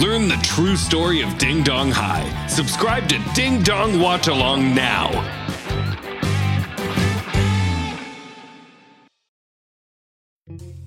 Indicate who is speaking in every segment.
Speaker 1: Learn the true story of Ding Dong High. Subscribe to Ding Dong Watch Along now.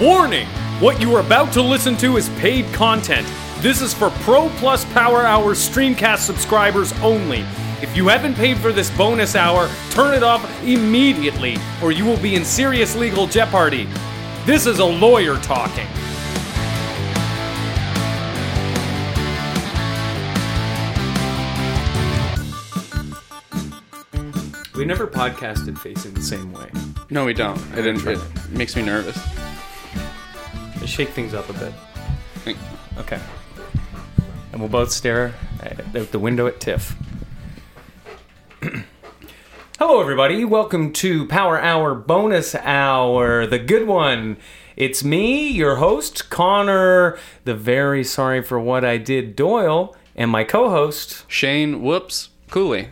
Speaker 2: Warning! What you are about to listen to is paid content. This is for Pro Plus Power Hour Streamcast subscribers only. If you haven't paid for this bonus hour, turn it off immediately, or you will be in serious legal jeopardy. This is a lawyer talking.
Speaker 3: We've never podcasted facing the same way.
Speaker 4: No, we don't. It, didn't, it makes me nervous.
Speaker 3: Let's shake things up a bit.
Speaker 4: Like,
Speaker 3: Okay. And we'll both stare at- out the window at Tiff. Hello, everybody. Welcome to Power Hour Bonus Hour, the good one. It's me, your host, Connor, the very sorry for what I did, Doyle, and my co host.
Speaker 4: Shane, whoops, Cooley.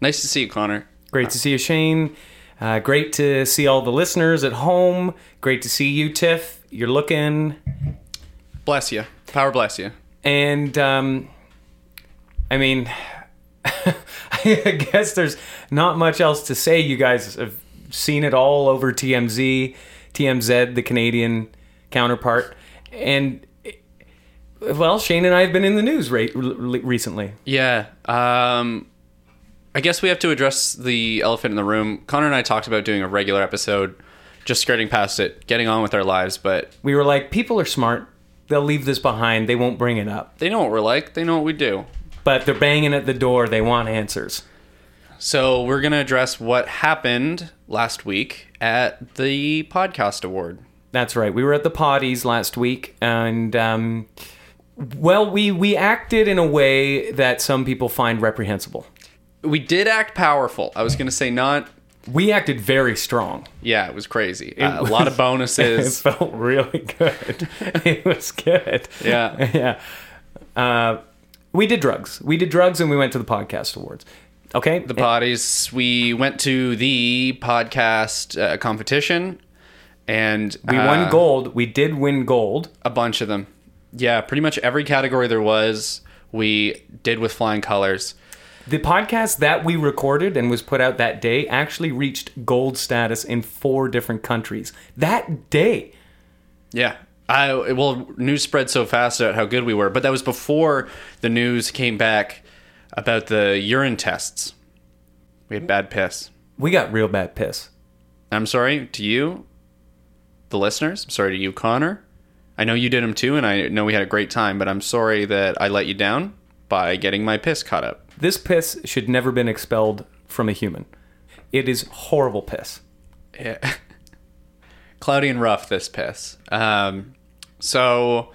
Speaker 4: Nice to see you, Connor.
Speaker 3: Great to see you, Shane. Uh, great to see all the listeners at home. Great to see you, Tiff. You're looking
Speaker 4: Bless you. Power bless you.
Speaker 3: and um, I mean, I guess there's not much else to say. You guys have seen it all over TMZ, TMZ, the Canadian counterpart, and well, Shane and I have been in the news re- re- recently.
Speaker 4: Yeah. Um, I guess we have to address the elephant in the room. Connor and I talked about doing a regular episode, just skirting past it, getting on with our lives, but
Speaker 3: We were like, people are smart; they'll leave this behind. They won't bring it up,
Speaker 4: they know what we're like. They know what we do.
Speaker 3: but they're banging at the door. They want answers.
Speaker 4: So we're going to address what happened last week at the podcast award.
Speaker 3: That's right. We were at the potties last week, and um, well, we we acted in a way that some people find reprehensible.
Speaker 4: We did act powerful. I was going to say not.
Speaker 3: We acted very strong.
Speaker 4: Yeah, it was crazy. Uh, a lot of bonuses.
Speaker 3: It felt really good. it was good.
Speaker 4: Yeah.
Speaker 3: yeah. Uh, we did drugs. We did drugs, and we went to the podcast awards. Okay.
Speaker 4: the bodies. We went to the podcast uh, competition, and
Speaker 3: we
Speaker 4: uh,
Speaker 3: won gold. We did win gold.
Speaker 4: a bunch of them. Yeah, pretty much every category there was. We did with flying colors.
Speaker 3: The podcast that we recorded and was put out that day actually reached gold status in four different countries that day.
Speaker 4: Yeah. I well, news spread so fast about how good we were, but that was before the news came back about the urine tests. We had bad piss.
Speaker 3: We got real bad piss.
Speaker 4: I'm sorry to you, the listeners. I'm sorry to you, Connor. I know you did them too, and I know we had a great time, but I'm sorry that I let you down by getting my piss caught up.
Speaker 3: This piss should never been expelled from a human. It is horrible piss.
Speaker 4: Cloudy and rough, this piss. Um, so,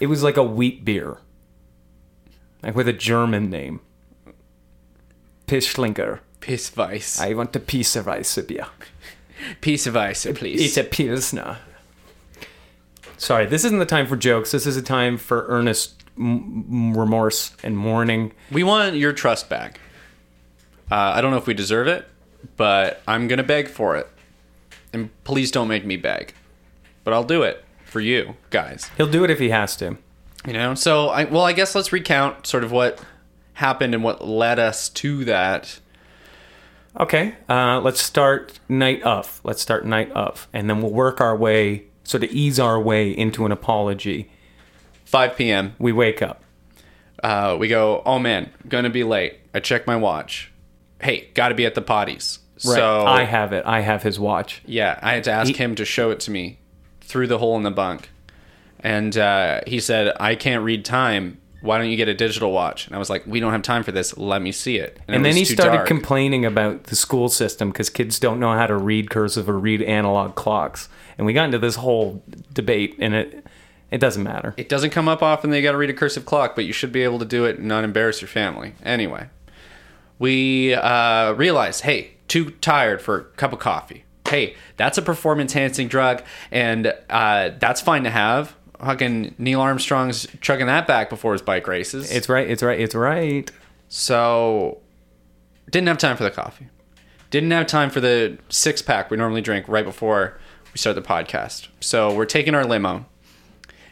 Speaker 3: It was like a wheat beer, like with a German name. Pischlinker.
Speaker 4: piss vice.
Speaker 3: I want a piece of ice beer.
Speaker 4: piece of ice, please.
Speaker 3: It's a pilsner. Sorry, this isn't the time for jokes. This is a time for earnest m- m- remorse and mourning.
Speaker 4: we want your trust back. Uh, I don't know if we deserve it, but I'm going to beg for it. And please don't make me beg. But I'll do it for you guys.
Speaker 3: He'll do it if he has to.
Speaker 4: you know so i well i guess let's recount sort of what happened and what led us to that
Speaker 3: Okay, uh, let's start night of. Let's start night of, and then we'll work our way, sort of ease our way into an apology.
Speaker 4: 5 p.m
Speaker 3: We wake up.
Speaker 4: Uh, we go, oh man, gonna be late. I check my watch. Hey, gotta be at the potties. So
Speaker 3: I have it. I have his watch.
Speaker 4: yeah, I had to ask him to show it to me through the hole in the bunk. And uh, he said, I can't read time. Why don't you get a digital watch? And I was like, we don't have time for this. Let me see it. it
Speaker 3: And then
Speaker 4: was
Speaker 3: he
Speaker 4: too
Speaker 3: started
Speaker 4: dark.
Speaker 3: complaining about the school system because kids don't know how to read cursive or read analog clocks. And we got into this whole debate, and it it doesn't matter.
Speaker 4: It doesn't come up often that you got to read a cursive clock, but you should be able to do it and not embarrass your family. Anyway, we uh, realized, hey, too tired for a cup of coffee. Hey, that's a performance enhancing drug, and uh, that's fine to have. Fucking Neil Armstrong's chugging that back before his bike races.
Speaker 3: It's right. It's right. It's right.
Speaker 4: So, didn't have time for the coffee. Didn't have time for the six pack we normally drink right before we start the podcast. So, we're taking our limo.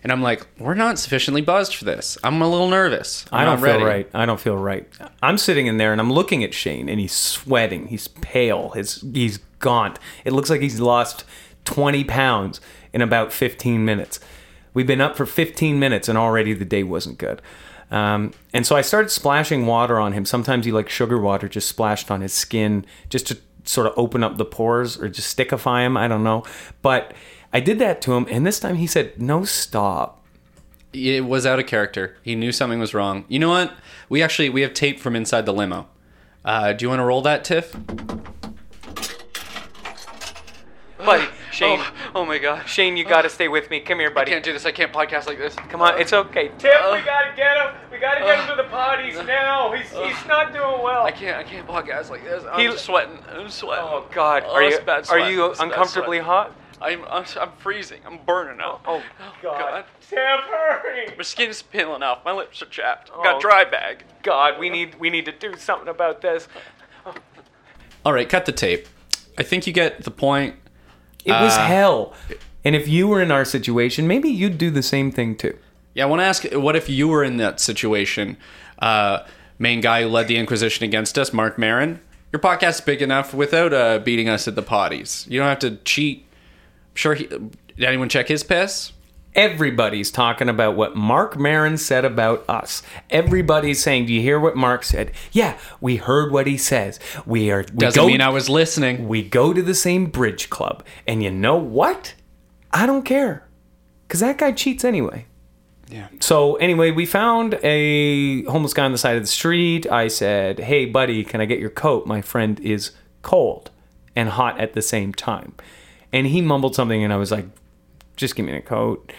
Speaker 4: And I'm like, we're not sufficiently buzzed for this. I'm a little nervous. I'm
Speaker 3: I don't
Speaker 4: not ready.
Speaker 3: feel right. I don't feel right. I'm sitting in there and I'm looking at Shane, and he's sweating. He's pale. His he's gaunt. It looks like he's lost 20 pounds in about 15 minutes. We've been up for 15 minutes, and already the day wasn't good. Um, and so I started splashing water on him. Sometimes he like sugar water, just splashed on his skin, just to sort of open up the pores or just stickify him. I don't know, but I did that to him, and this time he said, "No, stop."
Speaker 4: It was out of character. He knew something was wrong. You know what? We actually we have tape from inside the limo. Uh, do you want to roll that, Tiff?
Speaker 3: buddy. Shane. Oh, my God. Shane, you gotta stay with me. Come here, buddy.
Speaker 4: do this. I can't podcast like this.
Speaker 3: Come on, it's okay. Tim, we gotta get him. We gotta get him to the potties now. He's, he's not doing well.
Speaker 4: can't. I can't podcast like this. I'm
Speaker 3: He- just
Speaker 4: sweating. I'm sweating.
Speaker 3: oh God, are you are you uncomfortably hot?
Speaker 4: I'm, I'm I'm freezing. I'm burning out.
Speaker 3: Oh, God. Tim, hurry!
Speaker 4: My skin's peeling off. My lips are chapped. I've
Speaker 3: Oh.
Speaker 4: got dry bag.
Speaker 3: God, we need we need to do something about this.
Speaker 4: All right, cut the tape. I think you get the point.
Speaker 3: It was
Speaker 4: Uh,
Speaker 3: hell. And if you were in our situation, maybe you'd do the same thing too.
Speaker 4: Yeah, I want to ask, what if you were in that situation? Uh, main guy who led the Inquisition against us, Mark Marin. Your podcast's big enough without uh, beating us at the potties. You don't have to cheat. I'm sure, he, did anyone check his piss?
Speaker 3: Everybody's talking about what Mark Marin said about us. Everybody's saying, "Do you hear what Mark said?" Yeah, we heard what he says. We are. We
Speaker 4: Doesn't
Speaker 3: go-
Speaker 4: mean I was listening.
Speaker 3: we go to the same bridge club. And you know what? I don't care. Because that guy cheats anyway.
Speaker 4: Yeah.
Speaker 3: So, anyway, we found a homeless guy on the side of the street. I said, Hey, buddy, can I get your coat? My friend is cold and hot at the same time. And he mumbled something, and I was like, Just give me a coat.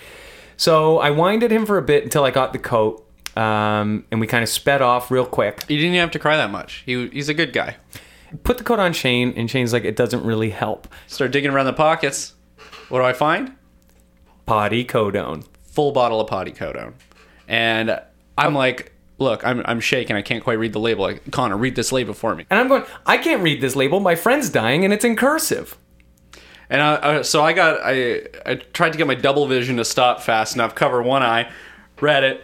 Speaker 3: So, I winded him for a bit until I got the coat. Um, and we kind of sped off real quick
Speaker 4: You didn't even have to cry that much. He, he's a good guy.
Speaker 3: put the coat on Shane, and Shane's like, it doesn't really help.
Speaker 4: Start digging around the pockets. What do I find?
Speaker 3: Potty codone.
Speaker 4: full bottle of potty codone. And I'm like, look, I'm, I'm shaking. I can't quite read the label. Like, Connor, read this label for me.
Speaker 3: And I'm going, I can't read this label. My friend's dying and it's in cursive.
Speaker 4: And I, I, so I got, I, I tried to get my double vision to stop fast enough, cover one eye, read it.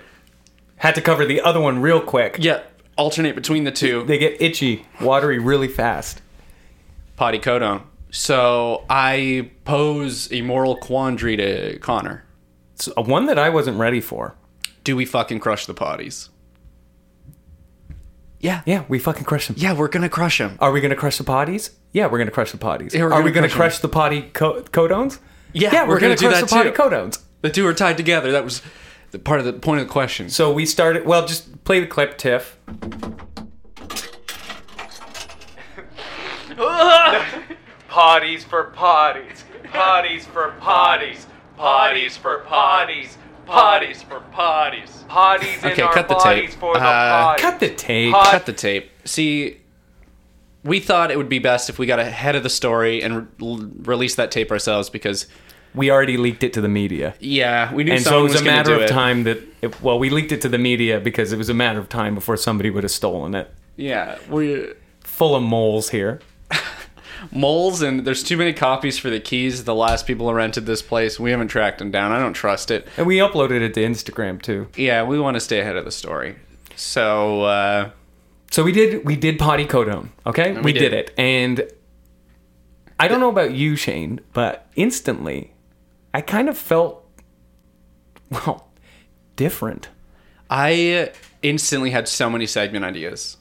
Speaker 3: Had to cover the other one real quick.
Speaker 4: Yeah, alternate between the two.
Speaker 3: They get itchy, watery really fast.
Speaker 4: potty codone. So I pose a moral quandary to Connor.
Speaker 3: It's a one that I wasn't ready for.
Speaker 4: Do we fucking crush the potties? Yeah.
Speaker 3: Yeah, Uh, we fucking crush them.
Speaker 4: Yeah, we're going to crush them.
Speaker 3: Are we going to crush the potties? Yeah, we're going to crush the potties.
Speaker 4: Yeah, we're
Speaker 3: Are
Speaker 4: gonna
Speaker 3: we going to crush
Speaker 4: crush
Speaker 3: the potty co- codones?
Speaker 4: Yeah,
Speaker 3: yeah, we're,
Speaker 4: we're
Speaker 3: going
Speaker 4: gonna
Speaker 3: to
Speaker 4: do
Speaker 3: crush the
Speaker 4: that
Speaker 3: potty
Speaker 4: too.
Speaker 3: codones.
Speaker 4: The two are tied together. That was the part of the point of the question.
Speaker 3: So we started. Well, just play the clip, Tiff. potties for potties. Potties for potties. Potties for potties. Potties for potties. Potties
Speaker 4: Okay, our cut the tape. bodies for the Uh,
Speaker 3: Cut the tape.
Speaker 4: cut the tape. See, we thought it would be best if we got ahead of the story and re- release that tape ourselves because,
Speaker 3: We already leaked it to the media.
Speaker 4: yeah, we knew
Speaker 3: And so
Speaker 4: someone
Speaker 3: it was,
Speaker 4: was
Speaker 3: a
Speaker 4: gonna
Speaker 3: matter
Speaker 4: do
Speaker 3: of
Speaker 4: it.
Speaker 3: time that, it, well, we leaked it to the media because it was a matter of time before somebody would have stolen it.
Speaker 4: Yeah, we
Speaker 3: Full of moles here.
Speaker 4: moles and there's too many copies for the keys. The last people who rented this place, we haven't tracked them down. I don't trust it.
Speaker 3: And we uploaded it to Instagram too.
Speaker 4: Yeah, we want to stay ahead of the story. So uh,
Speaker 3: So we did we did potty codone, okay? we did.
Speaker 4: did.
Speaker 3: it. And I don't know about you, Shane, but instantly I kind of felt well different.
Speaker 4: I instantly had so many segment ideas.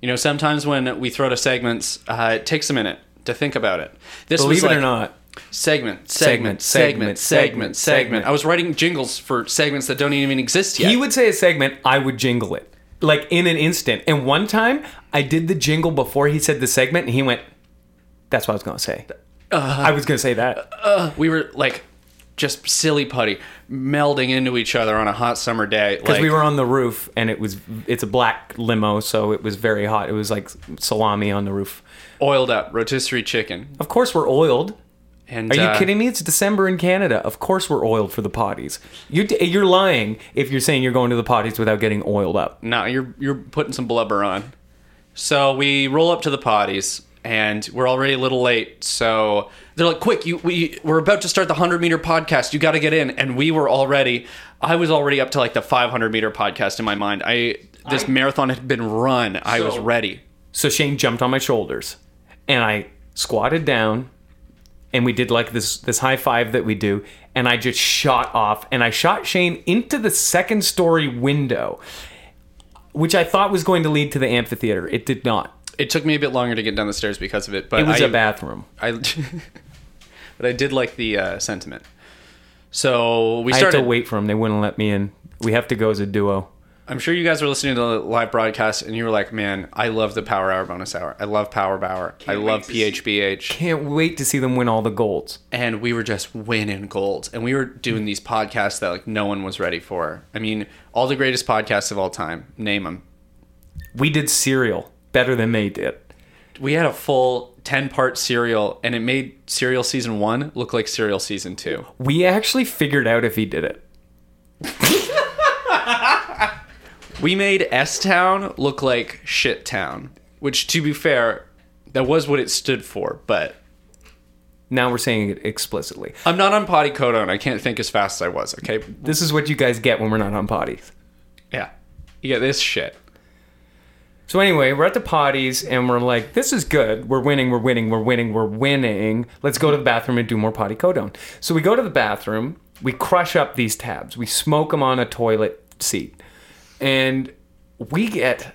Speaker 4: You know, sometimes when we throw to segments, uh, it takes a minute to think about it. This was
Speaker 3: Believe
Speaker 4: like
Speaker 3: it or not,
Speaker 4: segment,
Speaker 3: Segment,
Speaker 4: segment, segment,
Speaker 3: segment,
Speaker 4: segment,
Speaker 3: segment,
Speaker 4: segment.
Speaker 3: segment.
Speaker 4: I was writing jingles for segments that don't even exist yet.
Speaker 3: he would say a segment, I would jingle it like in an instant. And one time, I did the jingle before he said the segment, and he went, "That's what I was gonna say.
Speaker 4: Uh-huh.
Speaker 3: I was gonna say that."
Speaker 4: we were like just silly putty melding into each other on a hot summer day.
Speaker 3: because
Speaker 4: like,
Speaker 3: we were on the roof and it was it's a black limo so it was very hot it was like salami on the roof
Speaker 4: oiled up rotisserie chicken.
Speaker 3: of course we're oiled
Speaker 4: And
Speaker 3: are
Speaker 4: uh,
Speaker 3: you kidding me it's december in canada of course we're oiled for the potties you d- you're lying if you're saying you're going to the potties without getting oiled up
Speaker 4: No, you're you're putting some blubber on. So we roll up to the potties, and we're already a little late. So they're like, "Quick, you we we're about to start the hundred meter podcast. You got to get in." And we were already, I was already up to like the five hundred meter podcast in my mind. I this marathon had been run. I was ready.
Speaker 3: so shane jumped on my shoulders and i squatted down and we did like this this high five that we do and i just shot off and i shot shane into the second story window which i thought was going to lead to the amphitheater it did not
Speaker 4: It took me a bit longer to get down the stairs because of it, but
Speaker 3: It was
Speaker 4: I,
Speaker 3: a bathroom.
Speaker 4: I, but I did like the uh, sentiment. So we
Speaker 3: I
Speaker 4: started.
Speaker 3: had to wait for them. They wouldn't let me in. We have to go as a duo.
Speaker 4: I'm sure you guys were listening to the live broadcast and you were like, man, I love the Power Hour bonus hour. I love Power Hour. I love PHBH.
Speaker 3: Can't wait to see them win all the golds.
Speaker 4: And we were just winning gold. And we were doing these podcasts that like no one was ready for. I mean, all the greatest podcasts of all time. Name them.
Speaker 3: We did serial better than they did.
Speaker 4: We had a full 10 part serial and it made serial season one look like serial season two.
Speaker 3: We actually figured out if he did it.
Speaker 4: We made S Town look like Shit Town, which to be fair, that was what it stood for, but
Speaker 3: Now we're saying it explicitly.
Speaker 4: I'm not on potty codone. I can't think as fast as I was, okay?
Speaker 3: This is what you guys get when we're not on potties.
Speaker 4: Yeah. You got this shit.
Speaker 3: So anyway, we're at the potties and we're like, this is good. We're winning, we're winning, we're winning, we're winning. Let's go to the bathroom and do more potty codone. So we go to the bathroom, we crush up these tabs, we smoke them on a toilet seat, and we get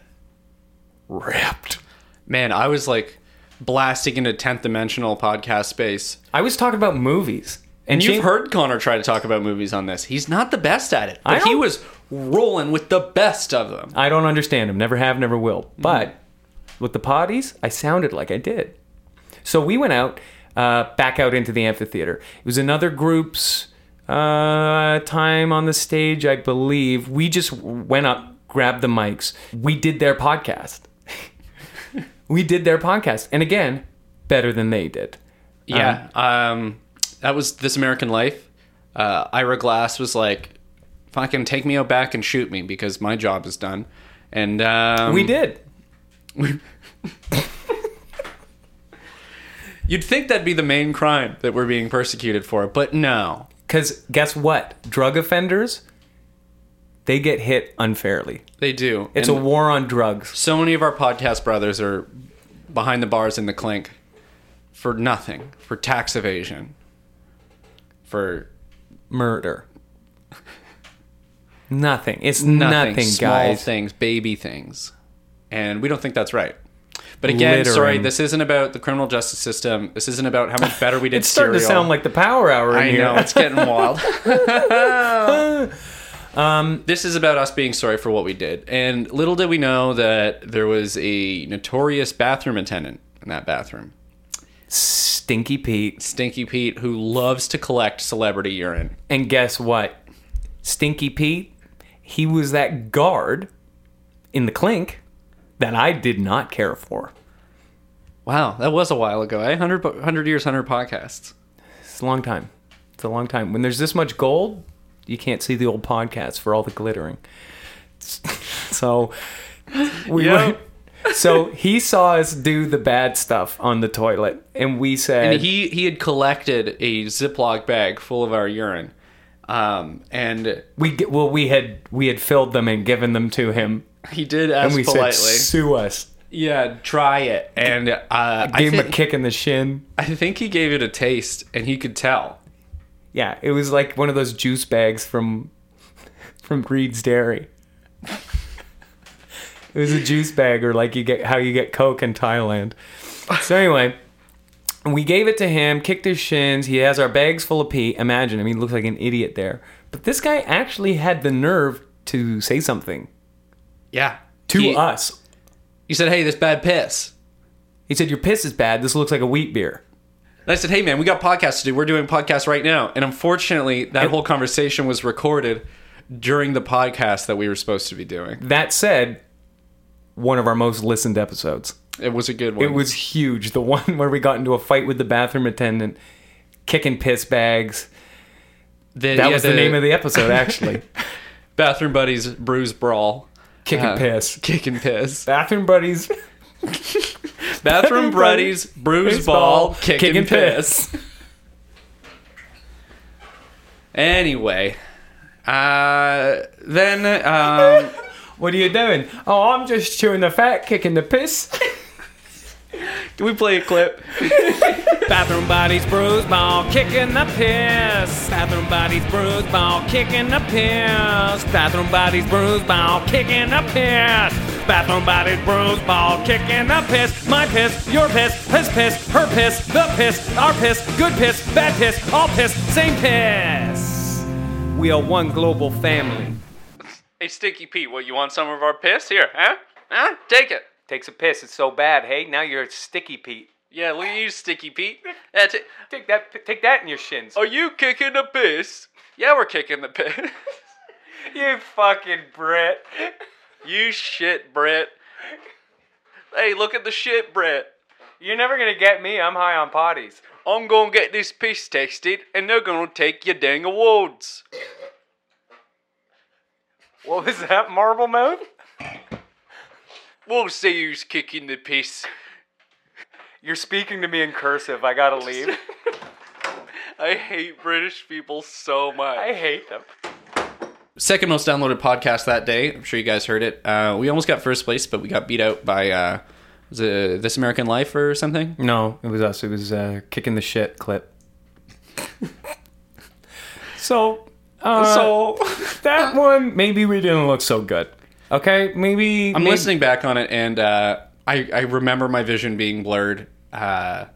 Speaker 3: ripped.
Speaker 4: Man, I was like blasting into 10th dimensional podcast space.
Speaker 3: I was talking about movies.
Speaker 4: And
Speaker 3: Shane-
Speaker 4: you've heard Connor try to talk about movies on this. He's not the best at it,
Speaker 3: I
Speaker 4: but he
Speaker 3: don't- Uh,
Speaker 4: was rolling with the best of them.
Speaker 3: I don't understand him. Never have, never will. But with the potties, I sounded like I did. So we went out, uh, back out into the amphitheater. It was another group's uh, time on the stage, I believe. We just went up, grabbed the mics. We did their podcast. we did their podcast. And again, better than they did.
Speaker 4: Yeah. Um, that was This American Life. Uh, Ira Glass was like, fucking take me out back and shoot me because my job is done. And um,
Speaker 3: We did.
Speaker 4: You'd think that'd be the main crime that we're being persecuted for, but no.
Speaker 3: Because guess what? Drug offenders, they get hit unfairly.
Speaker 4: They do.
Speaker 3: It's
Speaker 4: And
Speaker 3: a war on drugs.
Speaker 4: so many of our podcast brothers are behind the bars in the clink for nothing, for tax evasion, for
Speaker 3: murder. Nothing. It's
Speaker 4: nothing,
Speaker 3: nothing,
Speaker 4: small
Speaker 3: guys.
Speaker 4: things, baby things. And we don't think that's right. But again, sorry,
Speaker 3: Littering.
Speaker 4: this isn't about the criminal justice system. This isn't about how much better we did
Speaker 3: It's starting to
Speaker 4: cereal.
Speaker 3: sound like the power hour in
Speaker 4: I
Speaker 3: here.
Speaker 4: know, it's getting wild.
Speaker 3: Um,
Speaker 4: this is about us being sorry for what we did. And little did we know that there was a notorious bathroom attendant in that bathroom.
Speaker 3: Stinky Pete.
Speaker 4: Stinky Pete, who loves to collect celebrity urine.
Speaker 3: And guess what? Stinky Pete, he was that guard in the clink that I did not care for.
Speaker 4: Wow, that was a while ago, eh? 100, po- 100 years, 100 podcasts.
Speaker 3: It's a long time. It's a long time. When there's this much gold, you can't see the old podcast for all the glittering. So we
Speaker 4: Yep.
Speaker 3: went- So he saw us do the bad stuff on the toilet, and we said
Speaker 4: And he, he had collected a Ziploc bag full of our urine. Um, and
Speaker 3: We g- well, we had we had filled them and given them to him,
Speaker 4: he did ask
Speaker 3: and we
Speaker 4: politely.
Speaker 3: said, "Sue us."
Speaker 4: yeah, try it. And uh, I,
Speaker 3: Gave him a
Speaker 4: think,
Speaker 3: kick in the shin.
Speaker 4: I think he gave it a taste, and he could tell.
Speaker 3: Yeah, it was like one of those juice bags from from Greed's Dairy. It was a juice bag, or like you get how you get Coke in Thailand. So anyway, we gave it to him. Kicked his shins. He has our bags full of pee. Imagine, I mean, he looks like an idiot there. But this guy actually had the nerve to say something
Speaker 4: Yeah.
Speaker 3: to
Speaker 4: you,
Speaker 3: us.
Speaker 4: You said, hey, this bad piss.
Speaker 3: He said, "Your piss is bad. This looks like a wheat beer."
Speaker 4: And I said, hey, man, we got podcasts to do. We're doing podcasts right now. And unfortunately, that whole conversation was recorded during the podcast that we were supposed to be doing.
Speaker 3: That said, one of our most listened episodes.
Speaker 4: It was a good one.
Speaker 3: It was huge. The one where we got into a fight with the bathroom attendant, kicking piss bags. That
Speaker 4: yeah,
Speaker 3: was the, name of the episode, actually.
Speaker 4: Bathroom Buddies Bruise Brawl.
Speaker 3: kicking
Speaker 4: Uh,
Speaker 3: piss.
Speaker 4: Kick and piss.
Speaker 3: Bathroom buddies.
Speaker 4: Bathroom Buddies Bruise Ball. Kick, and, piss. Anyway. Uh, then um,
Speaker 3: What are you doing? Oh, I'm just chewing the fat, kicking the piss.
Speaker 4: can we play a clip?
Speaker 3: Bathroom bodies, bruise ball, kicking the piss. Bathroom bodies, bruise ball, kicking the piss. Bathroom bodies, bruise ball, kicking the piss. Bathroom bodies, bruise ball, kicking the piss. My piss, your piss, his piss, her piss, the piss, our piss, good piss, bad piss, all piss, same piss. We are one global family.
Speaker 4: Hey, Sticky Pete, what, you want some of our piss? Here, huh? Huh? Take it.
Speaker 3: Takes a piss, it's so bad. Hey, now you're a sticky Pete.
Speaker 4: Yeah, look at you, Sticky Pete. That's it.
Speaker 3: Take that, take that in your shins.
Speaker 4: Are you kicking the piss? Yeah, we're kicking the piss.
Speaker 3: you fucking Brit.
Speaker 4: you shit, Brett. Hey, look at the shit, Brett.
Speaker 3: You're never gonna get me. I'm high on potties.
Speaker 4: I'm gonna get this piss tested, and they're gonna take your dang awards.
Speaker 3: What was that marble mode?
Speaker 4: We'll see who's kicking the piss.
Speaker 3: You're speaking to me in cursive. I gotta leave.
Speaker 4: I hate British people so much.
Speaker 3: I hate them.
Speaker 4: Second most downloaded podcast that day. I'm sure you guys heard it. Uh, we almost got first place, but we got beat out by uh, was it This American Life or something.
Speaker 3: No, it was us. It was uh, kicking the shit clip. so, uh,
Speaker 4: So-
Speaker 3: that one maybe we didn't look so good. Okay, maybe
Speaker 4: I'm listening back on it, and uh, I I remember my vision being blurred. Uh,
Speaker 3: I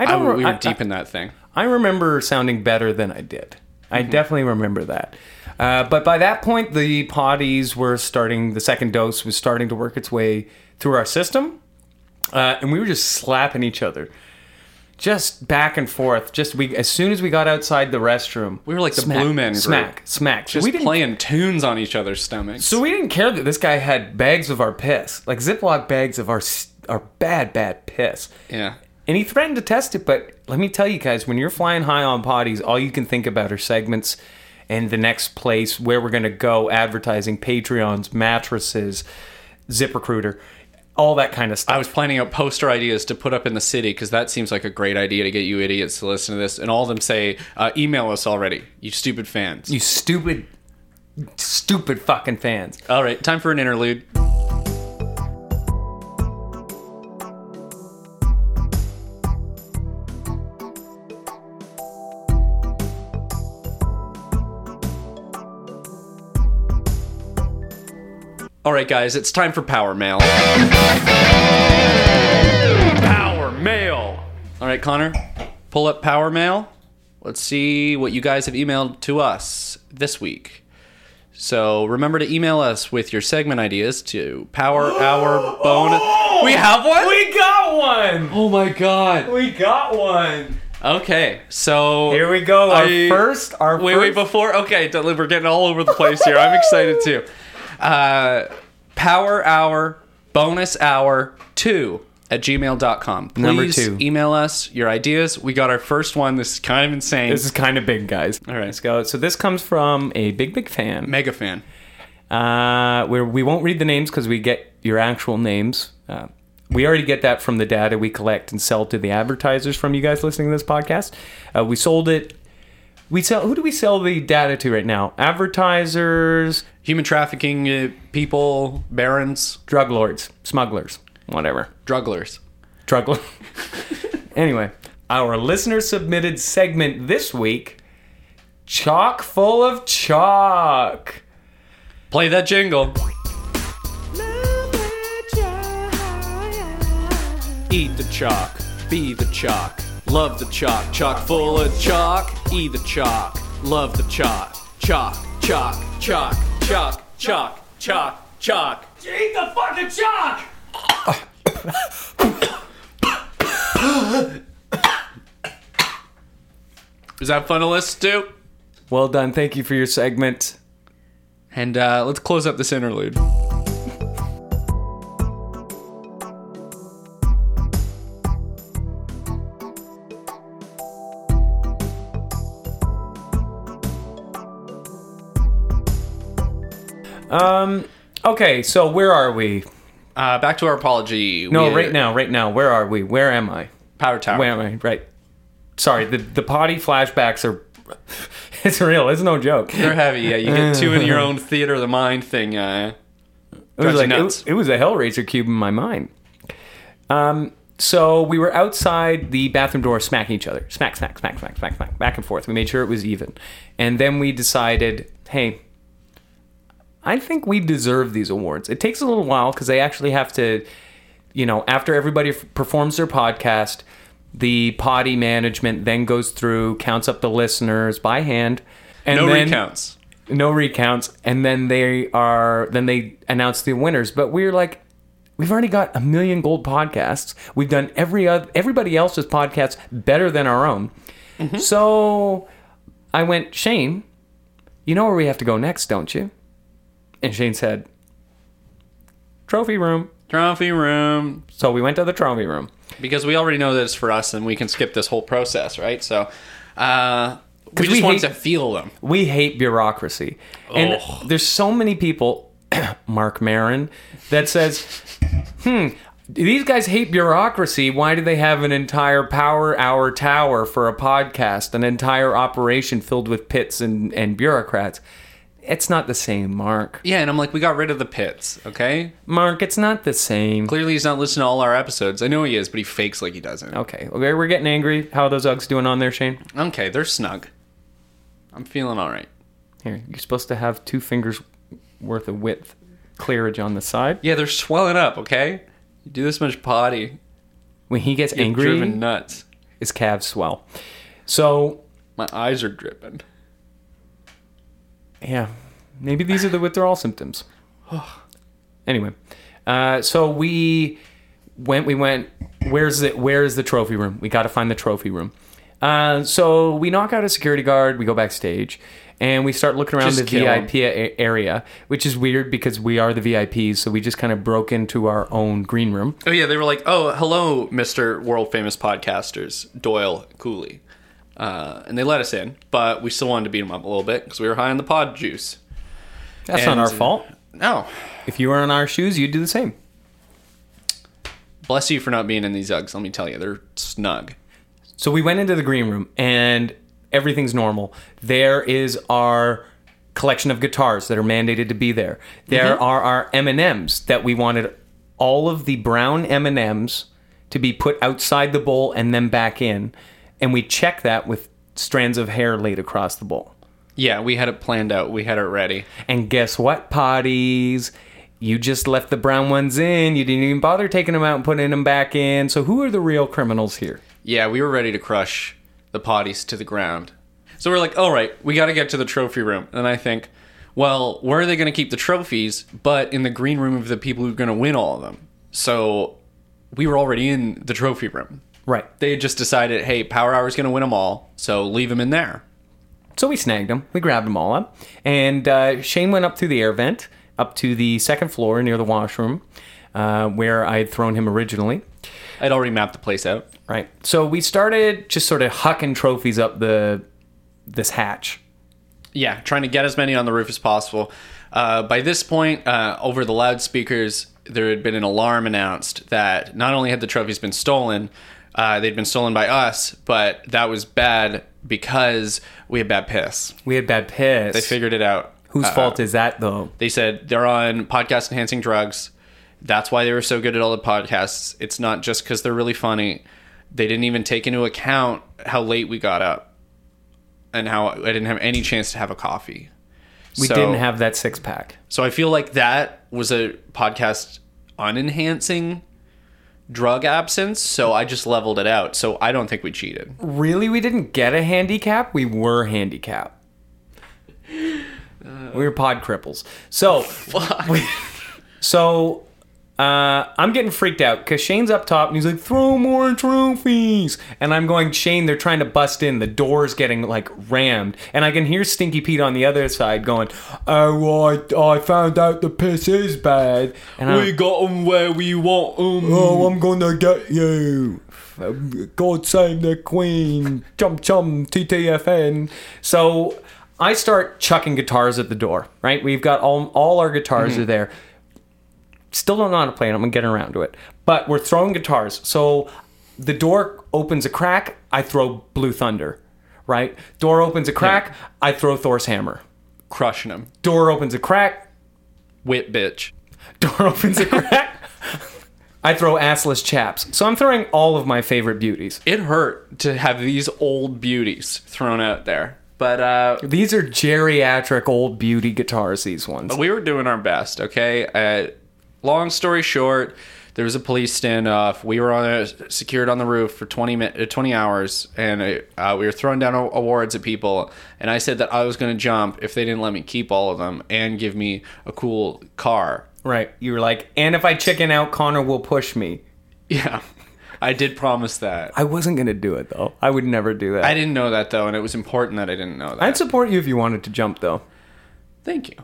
Speaker 4: I,
Speaker 3: don't.
Speaker 4: we were
Speaker 3: I-
Speaker 4: deep in that thing.
Speaker 3: I remember sounding better than I did. I
Speaker 4: Mm-hmm.
Speaker 3: definitely remember that. Uh, but by that point, the potties were starting, the second dose was starting to work its way through our system. Uh, and we were just slapping each other. Just back and forth. Just we as soon as we got outside the restroom,
Speaker 4: We were like the
Speaker 3: smack,
Speaker 4: Blue Men group.
Speaker 3: Smack, smack.
Speaker 4: Just
Speaker 3: we didn't,
Speaker 4: playing tunes on each other's stomachs.
Speaker 3: So we didn't care that this guy had bags of our piss, like Ziploc bags of our s- our bad bad piss.
Speaker 4: yeah,
Speaker 3: And he threatened to test it, but let me tell you guys, when you're flying high on potties, all you can think about are segments and the next place where we're going to go, advertising, Patreons, mattresses, ZipRecruiter, all that kind of stuff.
Speaker 4: I was planning out poster ideas to put up in the city because that seems like a great idea to get you idiots to listen to this. And all of them say, uh, "Email us already, you stupid fans."
Speaker 3: you stupid, stupid fucking fans.
Speaker 4: all right, time for an interlude. All right, guys, it's time for Power Mail. Power Mail. All right, Connor, pull up Power Mail. Let's see what you guys have emailed to us this week. So remember to email us with your segment ideas to Power Hour Bonus. We have one.
Speaker 3: We got one!
Speaker 4: oh my god.
Speaker 3: We got one!
Speaker 4: Okay, so
Speaker 3: Here we go. Our
Speaker 4: I-
Speaker 3: first, our
Speaker 4: Wait,
Speaker 3: first.
Speaker 4: wait, before. Okay, don't- we're getting all over the place here. I'm excited too. Uh, Power Hour, bonus hour two at gmail.com. Please
Speaker 3: Number two.
Speaker 4: email us your ideas. We got our first one. This is kind of insane.
Speaker 3: This is kind of big, guys. All
Speaker 4: right.
Speaker 3: let's go. So this comes from a big, big fan.
Speaker 4: mega fan.
Speaker 3: Uh, where we won't read the names because we get your actual names. Uh, we already get that from the data we collect and sell to the advertisers from you guys listening to this podcast. Uh, we sold it. We sell. Who do we sell the data to right now? Advertisers,
Speaker 4: Human trafficking uh, people, barons,
Speaker 3: drug lords, smugglers, whatever.
Speaker 4: drugglers.
Speaker 3: Drug. lord. anyway, our listener submitted segment this week, chock full of chalk.
Speaker 4: Play that jingle.
Speaker 5: Love
Speaker 4: Eat the chalk, be the chalk, love the chalk, chalk full of chalk, eat the chalk, love the chalk, chalk, chalk, chalk, chalk, chalk, chalk, chalk.
Speaker 2: Eat the fucking chalk!
Speaker 4: Is that fun to listen to?
Speaker 3: Well done. Thank you for your segment.
Speaker 4: And uh, let's close up this interlude.
Speaker 3: Okay, so where are we?
Speaker 4: Uh, back to our apology.
Speaker 3: No,
Speaker 4: We- uh,
Speaker 3: right now, right now. Where are we? Where am I?
Speaker 4: Power Tower.
Speaker 3: Where am I? Right. Sorry, the, the potty flashbacks are. It's real. It's no joke. It
Speaker 4: They're heavy. Yeah, you get two in your own theater of the mind thing. Uh,
Speaker 3: was
Speaker 4: Drives you
Speaker 3: like
Speaker 4: nuts.
Speaker 3: it, it was a Hellraiser cube in my mind. Um, so we were outside the bathroom door, smacking each other, smack, smack, smack, smack, smack, smack, back and forth. We made sure it was even, and then we decided, hey, I think we deserve these awards. It takes a little while because they actually have to, you know, after everybody f- performs their podcast, the potty management then goes through, counts up the listeners by hand, and
Speaker 4: no
Speaker 3: then,
Speaker 4: recounts.
Speaker 3: no recounts, and then they are then they announce the winners. But we're like, we've already got a million gold podcasts. We've done every other everybody else's podcast better than our own. So I went, Shane, you know where we have to go next, don't you? And Shane said, trophy room.
Speaker 4: Trophy room.
Speaker 3: So we went to the trophy room.
Speaker 4: Because we already know that it's for us and we can skip this whole process, right? So uh, we just
Speaker 3: we
Speaker 4: want
Speaker 3: hate-
Speaker 4: to feel them.
Speaker 3: We hate bureaucracy. And
Speaker 4: Ugh.
Speaker 3: there's so many people, Mark Marin, that says, hmm, these guys hate bureaucracy. Why do they have an entire power hour tower for a podcast, an entire operation filled with pits and, and bureaucrats? It's not the same, Mark.
Speaker 4: Yeah, and I'm like, we got rid of the pits, okay?
Speaker 3: Mark, it's not the same.
Speaker 4: Clearly he's not listening to all our episodes. I know he is, but he fakes like he doesn't.
Speaker 3: Okay, okay, we're getting angry. How are those Uggs doing on there, Shane?
Speaker 4: Okay, they're snug. I'm feeling all right.
Speaker 3: Here, you're supposed to have two fingers worth of width clearage on the side.
Speaker 4: Yeah, they're swelling up, okay? You do this much potty,
Speaker 3: When he gets
Speaker 4: get
Speaker 3: angry,
Speaker 4: driven nuts.
Speaker 3: his calves swell. So
Speaker 4: My eyes are dripping.
Speaker 3: yeah, maybe these are the withdrawal symptoms. anyway, uh, so we went. We went. Where's the Where's the trophy room? We got to find the trophy room. Uh, so we knock out a security guard. We go backstage, and we start looking around
Speaker 4: Just
Speaker 3: the
Speaker 4: kill
Speaker 3: VIP a- area, which is weird because we are the VIPs. So we just kind of broke into our own green room.
Speaker 4: Oh yeah, they were like, "Oh, hello, Mister World Famous Podcasters Doyle Cooley," uh, and they let us in, but we still wanted to beat him up a little bit because we were high on the pod juice.
Speaker 3: That's
Speaker 4: And-
Speaker 3: not our fault.
Speaker 4: No,
Speaker 3: If you were in our shoes, you'd do the same.
Speaker 4: bless you for not being in these Uggs. Let me tell you, they're snug.
Speaker 3: So we went into the green room and everything's normal. There is our collection of guitars that are mandated to be there. There are our M&Ms that we wanted all of the brown M&Ms to be put outside the bowl and then back in and we check that with strands of hair laid across the bowl.
Speaker 4: Yeah, we had it planned out. We had it ready.
Speaker 3: And guess what, potties? You just left the brown ones in. You didn't even bother taking them out and putting them back in. So who are the real criminals here?
Speaker 4: Yeah, we were ready to crush the potties to the ground. So we're like, all right, we got to get to the trophy room. And I think, well, where are they going to keep the trophies but in the green room of the people who are going to win all of them? So we were already in the trophy room.
Speaker 3: Right.
Speaker 4: They had just decided, hey, Power Hour's going to win them all, so leave them in there.
Speaker 3: So we snagged them. We grabbed them all up. And uh, Shane went up through the air vent, up to the second floor near the washroom uh, where I had thrown him originally.
Speaker 4: I'd already mapped the place out.
Speaker 3: Right. So we started just sort of hucking trophies up the this hatch.
Speaker 4: Yeah, trying to get as many on the roof as possible. Uh, by this point, uh, over the loudspeakers, there had been an alarm announced that not only had the trophies been stolen, uh, they'd been stolen by us, but that was bad because we had bad piss.
Speaker 3: We had bad piss.
Speaker 4: They figured it out.
Speaker 3: Whose
Speaker 4: Uh,
Speaker 3: fault is that, though?
Speaker 4: They said they're on podcast enhancing drugs. That's why they were so good at all the podcasts. It's not just because they're really funny. They didn't even take into account how late we got up and how I didn't have any chance to have a coffee.
Speaker 3: We didn't have that six pack.
Speaker 4: So I feel like that was a podcast unenhancing drug absence, so I just leveled it out. So I don't think we cheated.
Speaker 3: Really, we didn't get a handicap. We were handicapped. we were pod cripples. So, we- so uh, I'm getting freaked out because Shane's up top and he's like, "Throw more trophies," and I'm going, "Shane, they're trying to bust in. The door's getting like rammed," and I can hear Stinky Pete on the other side going, "Oh, well, I, I found out the piss is bad." And I'm,
Speaker 4: got them where we want them.
Speaker 3: Oh, I'm gonna get you. God save the queen. Chum chum TTFN. So I start chucking guitars at the door, right? We've got all, all our guitars are there. Still don't know how to play it. I'm getting around to it. But we're throwing guitars. So the door opens a crack. I throw Blue Thunder, right? Door opens a crack. I throw Thor's Hammer.
Speaker 4: Crushing them.
Speaker 3: Door opens a crack.
Speaker 4: Whip bitch.
Speaker 3: Door opens a crack. I throw assless chaps. So I'm throwing all of my favorite beauties.
Speaker 4: It hurt to have these old beauties thrown out there. But uh,
Speaker 3: These are geriatric old beauty guitars, these ones.
Speaker 4: we were doing our best, okay? Uh, long story short, there was a police standoff. We were on a, secured on the roof for 20, mi- uh, 20 hours, and uh, we were throwing down a- awards at people. And I said that I was going to jump if they didn't let me keep all of them and give me a cool car.
Speaker 3: Right. You were like, and if I chicken out, Connor will push me.
Speaker 4: Yeah, I did promise that.
Speaker 3: I wasn't going to do it, though. I would never do that.
Speaker 4: I
Speaker 3: I,
Speaker 4: didn't know that though, and it was important that I didn't know that.
Speaker 3: would support you if you wanted to jump, though.
Speaker 4: Thank you.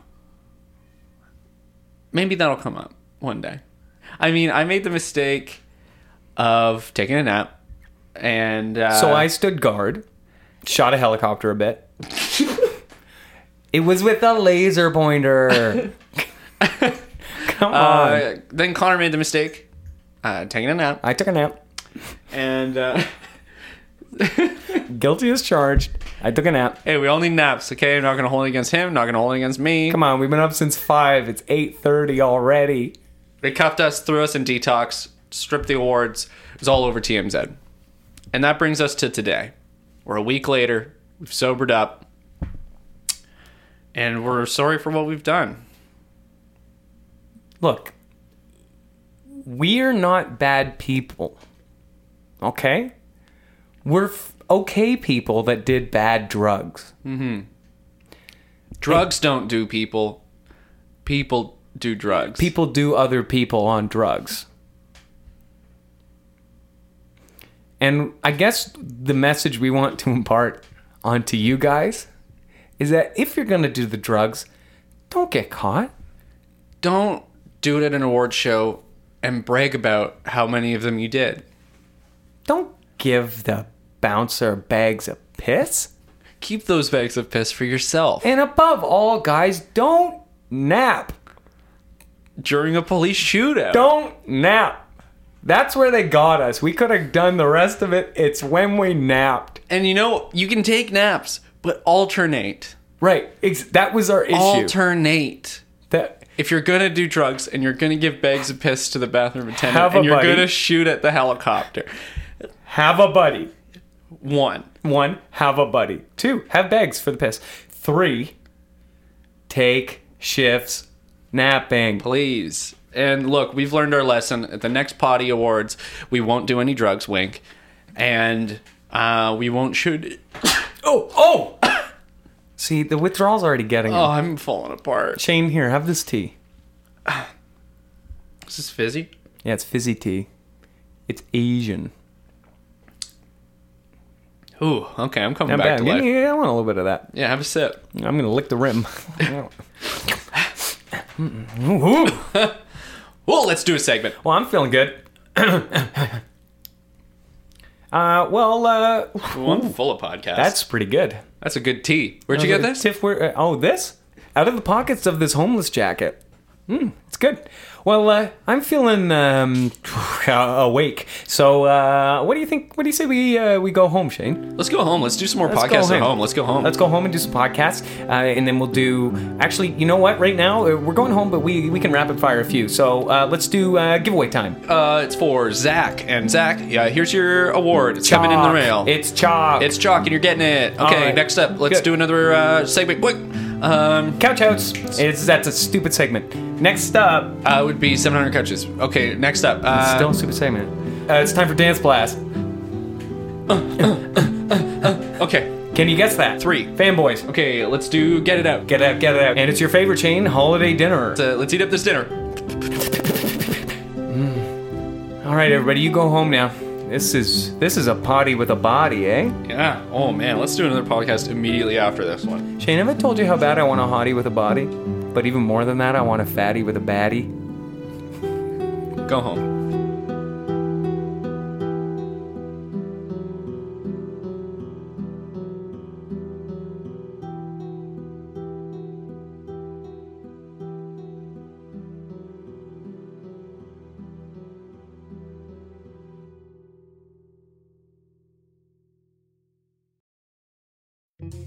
Speaker 4: Maybe that'll come up one day. I mean, I made the mistake of taking a nap, and uh,
Speaker 3: So I stood guard, shot a helicopter a bit. it was with a laser pointer. Come on.
Speaker 4: uh, then Connor made the mistake uh, taking a nap,
Speaker 3: I took a nap.
Speaker 4: and uh,
Speaker 3: Guilty as charged. I took a nap.
Speaker 4: hey, we all need naps, okay? I'm not gonna hold it against him. Not gonna hold it against me.
Speaker 3: Come on, we've been up since five. It's eight thirty already.
Speaker 4: They cuffed us, threw us in detox, stripped the awards. It was all over TMZ. And that brings us to today. We're a week later. We've sobered up. And we're sorry for what we've done.
Speaker 3: Look, we're not bad people. Okay, we're f- okay people that did bad drugs.
Speaker 4: Drugs don't do people. People do drugs.
Speaker 3: People do other people on drugs. And I guess the message we want to impart onto you guys is that if you're going to do the drugs, don't get caught.
Speaker 4: don't do it at an award show and brag about how many of them you did.
Speaker 3: Don't give the bouncer bags of piss.
Speaker 4: Keep those bags of piss for yourself.
Speaker 3: And above all, guys, don't nap.
Speaker 4: During a police shootout.
Speaker 3: Don't nap. That's where they got us. We could have done the rest of it. It's when we napped.
Speaker 4: And you know, you can take naps, but alternate.
Speaker 3: Right. Ex- that was our issue.
Speaker 4: Alternate.
Speaker 3: that,
Speaker 4: if you're gonna do drugs and you're gonna give bags of piss to the bathroom attendant
Speaker 3: Have a
Speaker 4: and you're
Speaker 3: buddy.
Speaker 4: gonna shoot at the helicopter,
Speaker 3: have a buddy.
Speaker 4: one,
Speaker 3: One, have a buddy. Two, have bags for the piss. Three, take shifts napping.
Speaker 4: please. And look, we've learned our lesson. At the next potty awards, we won't do any drugs, wink, and uh, we won't shoot.
Speaker 3: Oh, oh! See, the withdrawal's already getting
Speaker 4: Oh,
Speaker 3: him.
Speaker 4: I'm falling apart.
Speaker 3: Shane, here, have this tea.
Speaker 4: Is this fizzy?
Speaker 3: Yeah, it's fizzy tea. It's Asian.
Speaker 4: Ooh, okay, I'm coming
Speaker 3: Not
Speaker 4: back
Speaker 3: bad.
Speaker 4: to
Speaker 3: Yeah,
Speaker 4: life. Yeah.
Speaker 3: yeah, I want a little bit of that.
Speaker 4: have a sip.
Speaker 3: I'm gonna lick the rim. Ooh.
Speaker 4: Well, let's do a segment.
Speaker 3: Well, I'm feeling good. uh, well, uh,
Speaker 4: Ooh, I'm full of podcasts.
Speaker 3: that's pretty good.
Speaker 4: that's a good tea. Where'd you get this?
Speaker 3: Tiff, where, uh, oh, this out of the pockets of this homeless jacket. Mm, it's good. Well, uh, I'm feeling um, awake. So, uh, what do you think? What do you say we uh, we go home, Shane?
Speaker 4: Let's go home. Let's do some more
Speaker 3: Let's go
Speaker 4: podcasts at home. Let's go home.
Speaker 3: Let's go home and do some podcasts, uh, and then we'll do. Actually, you know what? Right now uh, we're going home, but we we can rapid fire a few. So uh, let's do uh, giveaway time.
Speaker 4: Uh, it's for Zach. And Zach, yeah, here's your award. It's coming in the
Speaker 3: Chalk.
Speaker 4: mail.
Speaker 3: It's chalk.
Speaker 4: It's chalk, and you're getting it. Okay,
Speaker 3: right.
Speaker 4: next up, let's
Speaker 3: Good.
Speaker 4: do another uh, segment. Quick. Um,
Speaker 3: Couch outs. It's that's a stupid segment. Next up,
Speaker 4: uh, would be 700 couches. Okay, next up. Uh,
Speaker 3: still a stupid segment. Uh, it's time for dance blast.
Speaker 4: okay,
Speaker 3: Can you guess that?
Speaker 4: Three.
Speaker 3: fanboys.
Speaker 4: okay, let's do get it out.
Speaker 3: Get it out, get it out. And it's your favorite chain, Holiday Dinner.
Speaker 4: Uh, let's eat up this dinner.
Speaker 3: All right, everybody, you go home now. This is this is a potty with a body, eh?
Speaker 4: Yeah. Oh man, let's do another podcast immediately after this one.
Speaker 3: Shane, have I told you how bad I want a hottie with a body? But even more than that, I want a fatty with a baddie.
Speaker 4: Go home.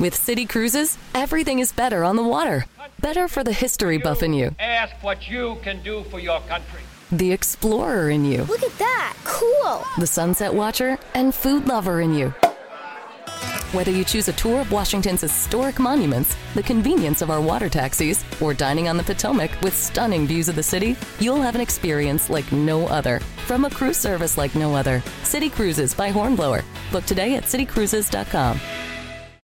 Speaker 5: With City Cruises, everything is better on the water. Better for the history buff in you,
Speaker 6: Ask what you can do for your country.
Speaker 5: the explorer in you,
Speaker 7: Look at that. Cool.
Speaker 5: the sunset watcher, and food lover in you. Whether you choose a tour of Washington's historic monuments, the convenience of our water taxis, or dining on the Potomac with stunning views of the city, you'll have an experience like no other from a cruise service like no other. City Cruises by Hornblower. Book today at citycruises.com.